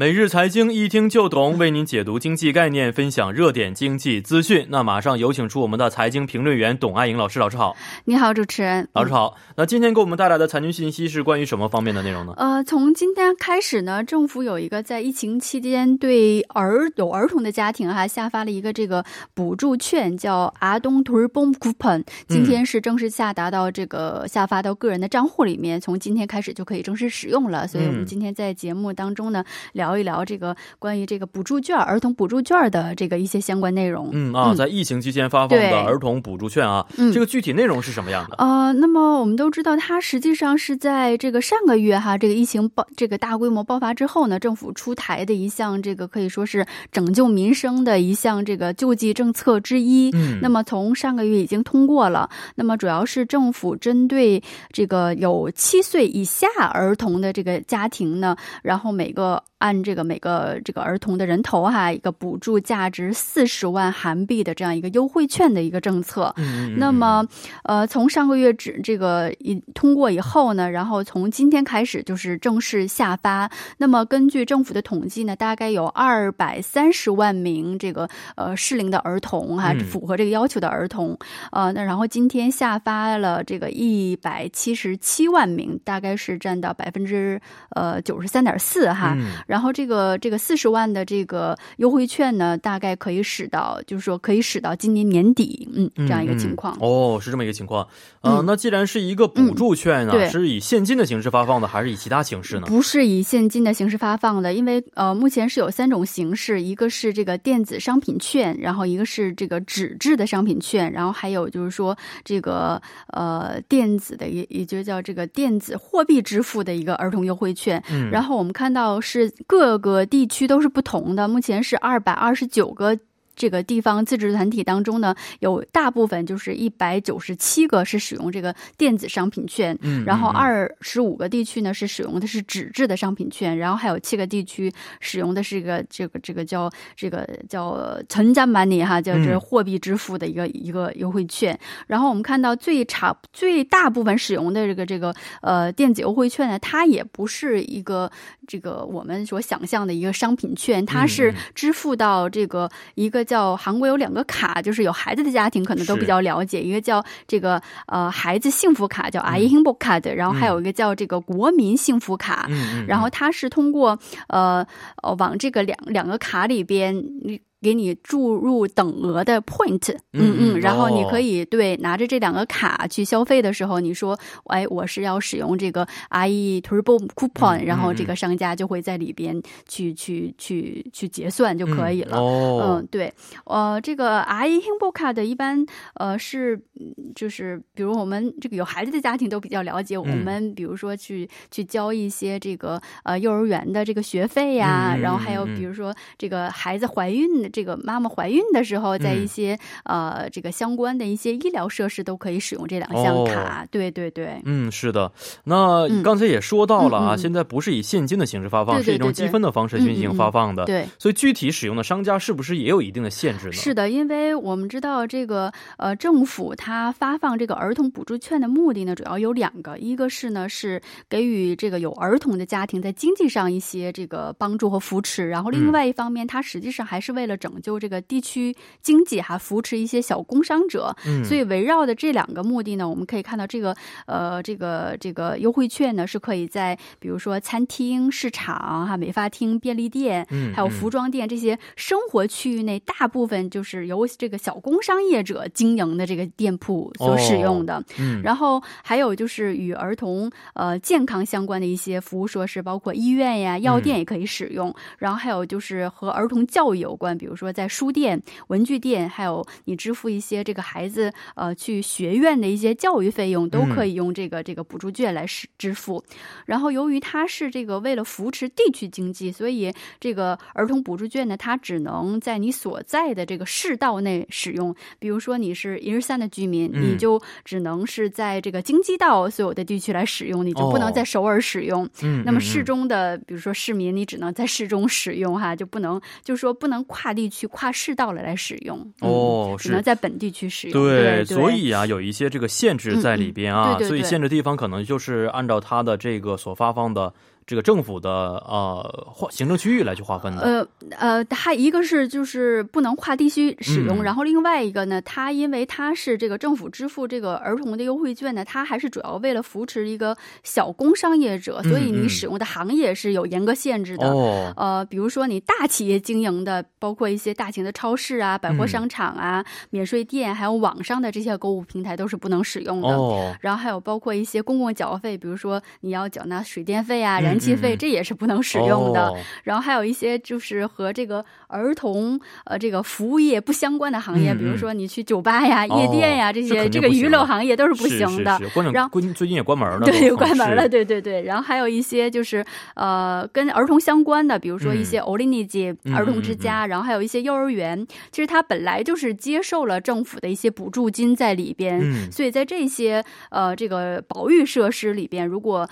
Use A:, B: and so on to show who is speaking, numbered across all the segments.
A: 每日财经一听就懂，为您解读经济概念，分享热点经济资讯。那马上有请出我们的财经评论员董爱颖老师，老师好，
B: 你好，主持人。
A: 老师好。那今天给我们带来的财经信息是关于什么方面的内容呢？
B: 呃，从今天开始呢，政府有一个在疫情期间对儿有儿童的家庭哈、下发了一个这个补助券，叫儿童托儿泵
A: 嗯
B: coupon，今天是正式下达到这个下发到个人的账户里面，从今天开始就可以正式使用了。所以我
A: 嗯
B: 们今天在节目当中呢，聊一聊这个关于这个补助券、儿童补助券的这个一些相关内容。
A: 嗯啊，
B: 嗯
A: 在疫情期间发放
B: 对
A: 的儿童补助券啊，
B: 嗯
A: 这个具体内容是什么样的？
B: 呃，那么我们都知道，它实际上是在这个上个月哈，这个疫情爆这个大规模爆发之后呢，政府出台的一项这个可以说是拯救民生的一项这个救济政策之一。
A: 嗯，
B: 那么从上个月已经通过了，那么主要是政府针对这个有七岁以下儿童的这个家庭呢，然后每个按这个每个这个儿童的人头哈，一个补助价值四十万韩币的这样一个优惠券的一个政策。
A: 嗯，嗯
B: 那么，呃，从上个月只这个一通过以后呢，然后从今天开始就是正式下发。那么根据政府的统计呢，大概有二百三十万名这个呃适龄的儿童哈、
A: 嗯
B: 符合这个要求的儿童，呃，那然后今天下发了这个一百七十七万名，大概是占到百分之呃九十三点四哈。
A: 嗯
B: 然后这个这个四十万的这个优惠券呢，大概可以使到，就是说可以使到今年年底，嗯，这样一个情况。
A: 嗯嗯哦，是这么一个情况啊、呃
B: 嗯
A: 那既然是一个补助券啊、
B: 嗯对
A: 是以现金的形式发放的，还是以其他形式呢？
B: 不是以现金的形式发放的，因为呃，目前是有三种形式，一个是这个电子商品券，然后一个是这个纸质的商品券，然后还有就是说这个呃电子的也也就叫这个电子货币支付的一个儿童优惠券。
A: 嗯，
B: 然后我们看到是各个地区都是不同的，目前是二百二十九个。这个地方自治团体当中呢，有大部分就是一百九十七个是使用这个电子商品券，
A: 嗯，嗯
B: 然后
A: 嗯
B: 二十五个地区呢是使用的是纸质的商品券，然后还有七个地区使用的是一个这个这个叫这个叫存잔 money 哈，叫这
A: 嗯
B: 货币支付的一个、一个优惠券。然后我们看到最差最大部分使用的这个这个呃电子优惠券呢，它也不是一个这个我们所想象的一个商品券，它
A: 嗯
B: 是
A: 嗯
B: 支付到这个一个叫韩国有两个卡，就是有孩子的家庭可能都
A: 是
B: 比较了解，一个叫这个呃孩子幸福
A: 嗯
B: 卡叫 i h i n b o card，然后还有一个叫这个国民幸福卡。
A: 嗯嗯，
B: 然后它是通过呃呃往这个两两个卡里边，你给你注入等额的 point，
A: 嗯
B: 嗯
A: 嗯
B: 嗯，然后你
A: 哦
B: 可以对拿着这两个卡去消费的时候，你说，哎，我是要使用这个 IE Turbo
A: 嗯
B: Coupon，
A: 嗯
B: 然后这
A: 嗯
B: 个商家就会在里边去去去去结算就可以
A: 嗯
B: 了。
A: 哦
B: 嗯，，对，呃，这个 I Himbo Card 一般呃是嗯就是比如我们这个有孩子的家庭都比较了解，我
A: 嗯
B: 们比如说去去交一些这个呃幼儿园的这个学费呀、
A: 嗯嗯
B: 然后还有
A: 嗯嗯
B: 比如说这个孩子怀孕的这个妈妈怀孕的时候，在一
A: 嗯
B: 些、呃这个相关的一些医疗设施都可以使用这两
A: 哦
B: 项卡，对对对。
A: 嗯，是的。那
B: 嗯
A: 刚才也说到了啊，
B: 嗯嗯
A: 现在不是以现金的形式发放，
B: 对对
A: 是一种
B: 对对嗯
A: 积分的方式进行发放的。
B: 对，
A: 所以具体使用的商家是不是也有一定的限制呢？
B: 是的，因为我们知道这个呃，政府它发放这个儿童补助券的目的呢，主要有两个，一个是呢是给予这个有儿童的家庭在经济上一些这个帮助和扶持，然后
A: 嗯
B: 另外一方面，它实际上还是为了拯救这个地区经济，还扶持一些小工商者。
A: 嗯，
B: 所以围绕的这两个目的呢，我们可以看到这个呃，这个这个优惠券呢是可以在比如说餐厅、市场、哈美发厅、便利店，
A: 嗯
B: 还有
A: 嗯
B: 服装店这些生活区域内，大部分就是由这个小工商业者经营的这个店铺所使用的。
A: 哦嗯，
B: 然后还有就是与儿童呃健康相关的一些
A: 嗯
B: 服务设施，包括医院呀、药店也可以使用。然后还有就是和儿童教育有关，比如说在书店、文具店，还有你支付一些这个孩子呃去学院的一些教育费用，都
A: 嗯
B: 可以用这个这个补助券来支支付。然后由于它是这个为了扶持地区经济，所以这个儿童补助券呢，它只能在你所在的这个市道内使用。比如说你是一日三的居民，
A: 嗯
B: 你就只能是在这个京畿道所有的地区来使用，你就不能
A: 哦
B: 在首尔使用。
A: 嗯，
B: 那么
A: 嗯
B: 市，中的，比如说市民，你只能在市中使用哈，就不能就是说不能跨地区、跨市道来来使用。嗯
A: 哦
B: 只
A: 是
B: 能在本地区使用。
A: 对，
B: 对，
A: 所以啊，有一些这个限制在里边啊，
B: 嗯嗯对对
A: 所以
B: 对
A: 限制地方可能就是按照它的这个所发放的这个政府的呃划行政区域来去划分的。哦
B: 呃呃，它一个是就是不能跨地区使用，
A: 嗯
B: 然后另外一个呢，它因为它是这个政府支付这个儿童的优惠券呢，它还是主要为了扶持一个小工商业者，所以
A: 嗯嗯
B: 你使用的行业是有严格限制的。
A: 哦，
B: 呃，比如说你大企业经营的，包括一些大型的超市啊、百货
A: 嗯
B: 商场啊、免税店，还有网上的这些购物平台都是不能使用的。
A: 哦，
B: 然后还有包括一些公共缴费，比如说你要缴纳水电费啊、
A: 嗯
B: 燃气费，
A: 嗯嗯
B: 这也是不能使用的。
A: 哦
B: 然后还有一些就是和这个儿童呃这个服务业不相关的行业，
A: 嗯嗯
B: 比如说你去酒吧呀、
A: 哦
B: 夜店呀这
A: 这
B: 些，
A: 肯定
B: 这个
A: 不行
B: 娱乐
A: 了
B: 行业都是不
A: 是
B: 行的。
A: 是是关
B: 然
A: 了，
B: 后
A: 关最近也关门了 都，
B: 对，
A: 嗯
B: 关门了，
A: 是
B: 对对对。然后还有一些就是呃，跟儿童相关的，比如说一些欧林尼街
A: 嗯
B: 儿童之家，然后还有一些幼儿园，其实它本来就是接受了政府的一些补助金在里边，
A: 嗯
B: 所以在这些呃这个保育设施里边，如果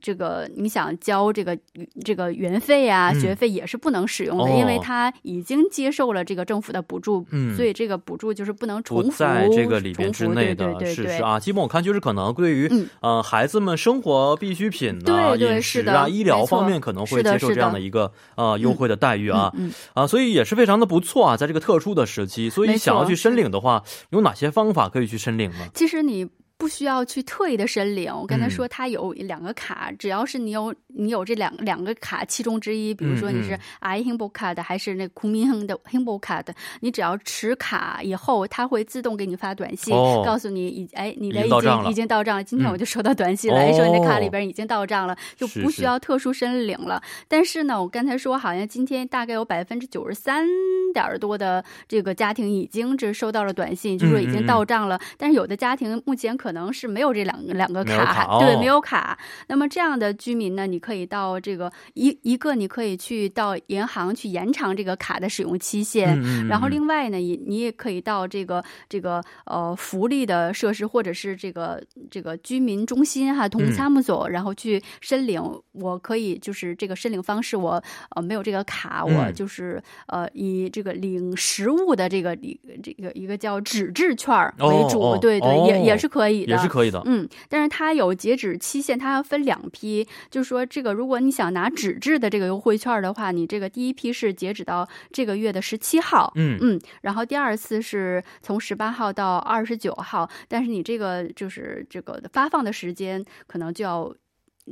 B: 这个你想交这个这个园费啊、
A: 嗯
B: 学费也是不能使用的，
A: 哦
B: 因为它已经接受了这个政府的补助，
A: 嗯
B: 所以这个补助就是不能重
A: 不
B: 复
A: 在这个里边之
B: 重复
A: 内的，
B: 对对对对
A: 是是啊。基本我看就是可能对于、
B: 嗯
A: 呃孩子们生活必需品呐、
B: 对对
A: 饮
B: 是
A: 食
B: 的
A: 啊、医疗
B: 没错
A: 方面可能会
B: 是的
A: 接受
B: 是
A: 这样
B: 的
A: 的一个呃优惠的待遇啊、
B: 嗯嗯
A: 啊，所以也是非常的不错啊，在这个特殊的时期，所以
B: 没错
A: 想要去申领的话，有哪些方法可以去申领呢？
B: 其实你不需要去特意的申领，我跟他说
A: 嗯
B: 他有两个卡，只要是你有你有这两两个卡其中之一，比如说
A: 嗯
B: 你是
A: 嗯
B: I h i m b o 卡的还是那库民亨的 h i m b o 卡的，你只要持卡以后，他会自动给你发短信，
A: 哦
B: 告诉你已哎你
A: 已
B: 的
A: 经
B: 已
A: 到账
B: 经
A: 了
B: 已经到账了。今天
A: 嗯
B: 我就收到短信来、说你的卡里
A: 哦
B: 边已经到账了，就是不
A: 是
B: 需要特殊申领了。但是呢，我刚才说好像今天大概有百分之九十三点儿多的这个家庭已经这收到了短信，就说已
A: 嗯
B: 经到账了。但是有的家庭目前可能是没有这两两个
A: 没有
B: 卡，
A: 卡哦
B: 对，没有卡。那么这样的居民呢，你可以到这个一一个，你可以去到银行去延长这个卡的使用期限。
A: 嗯嗯
B: 然后
A: 嗯
B: 另外呢，也你也可以到这个这个呃福利的设施，或者是这个这个居民中心哈、同
A: 嗯
B: 参谋所，然后去申领。我可以就是这个申领方式我，呃没有这个卡，
A: 嗯
B: 我就是呃以这个领实物的这个一这个一个叫纸质券儿为主，
A: 哦哦
B: 对对，
A: 哦
B: 也也是可以的，
A: 也是可以的。
B: 嗯，但是它有截止期限，它要分两批。就是说，这个如果你想拿纸质的这个优惠券的话，你这个第一批是截止到这个月的十七号。
A: 嗯
B: 嗯，然后第二次是从十八号到二十九号，但是你这个就是这个发放的时间可能就要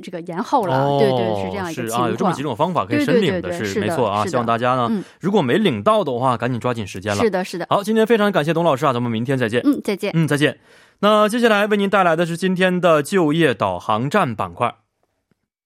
B: 这个延后了，对对，
A: 是
B: 是这样一个情
A: 啊，
B: 况。
A: 有这么几种方法可以
B: 对
A: 申
B: 对
A: 领
B: 对对
A: 是
B: 是
A: 没
B: 的
A: 错啊。
B: 是
A: 希望
B: 的
A: 大家呢、
B: 嗯
A: 如果没领到的话，赶紧抓紧时间了
B: 是。的，是的，
A: 好，今天非常感谢董老师啊，咱们明天再见。
B: 嗯，再见。
A: 嗯，再见。那接下来为您带来的是今天的就业导航站板块。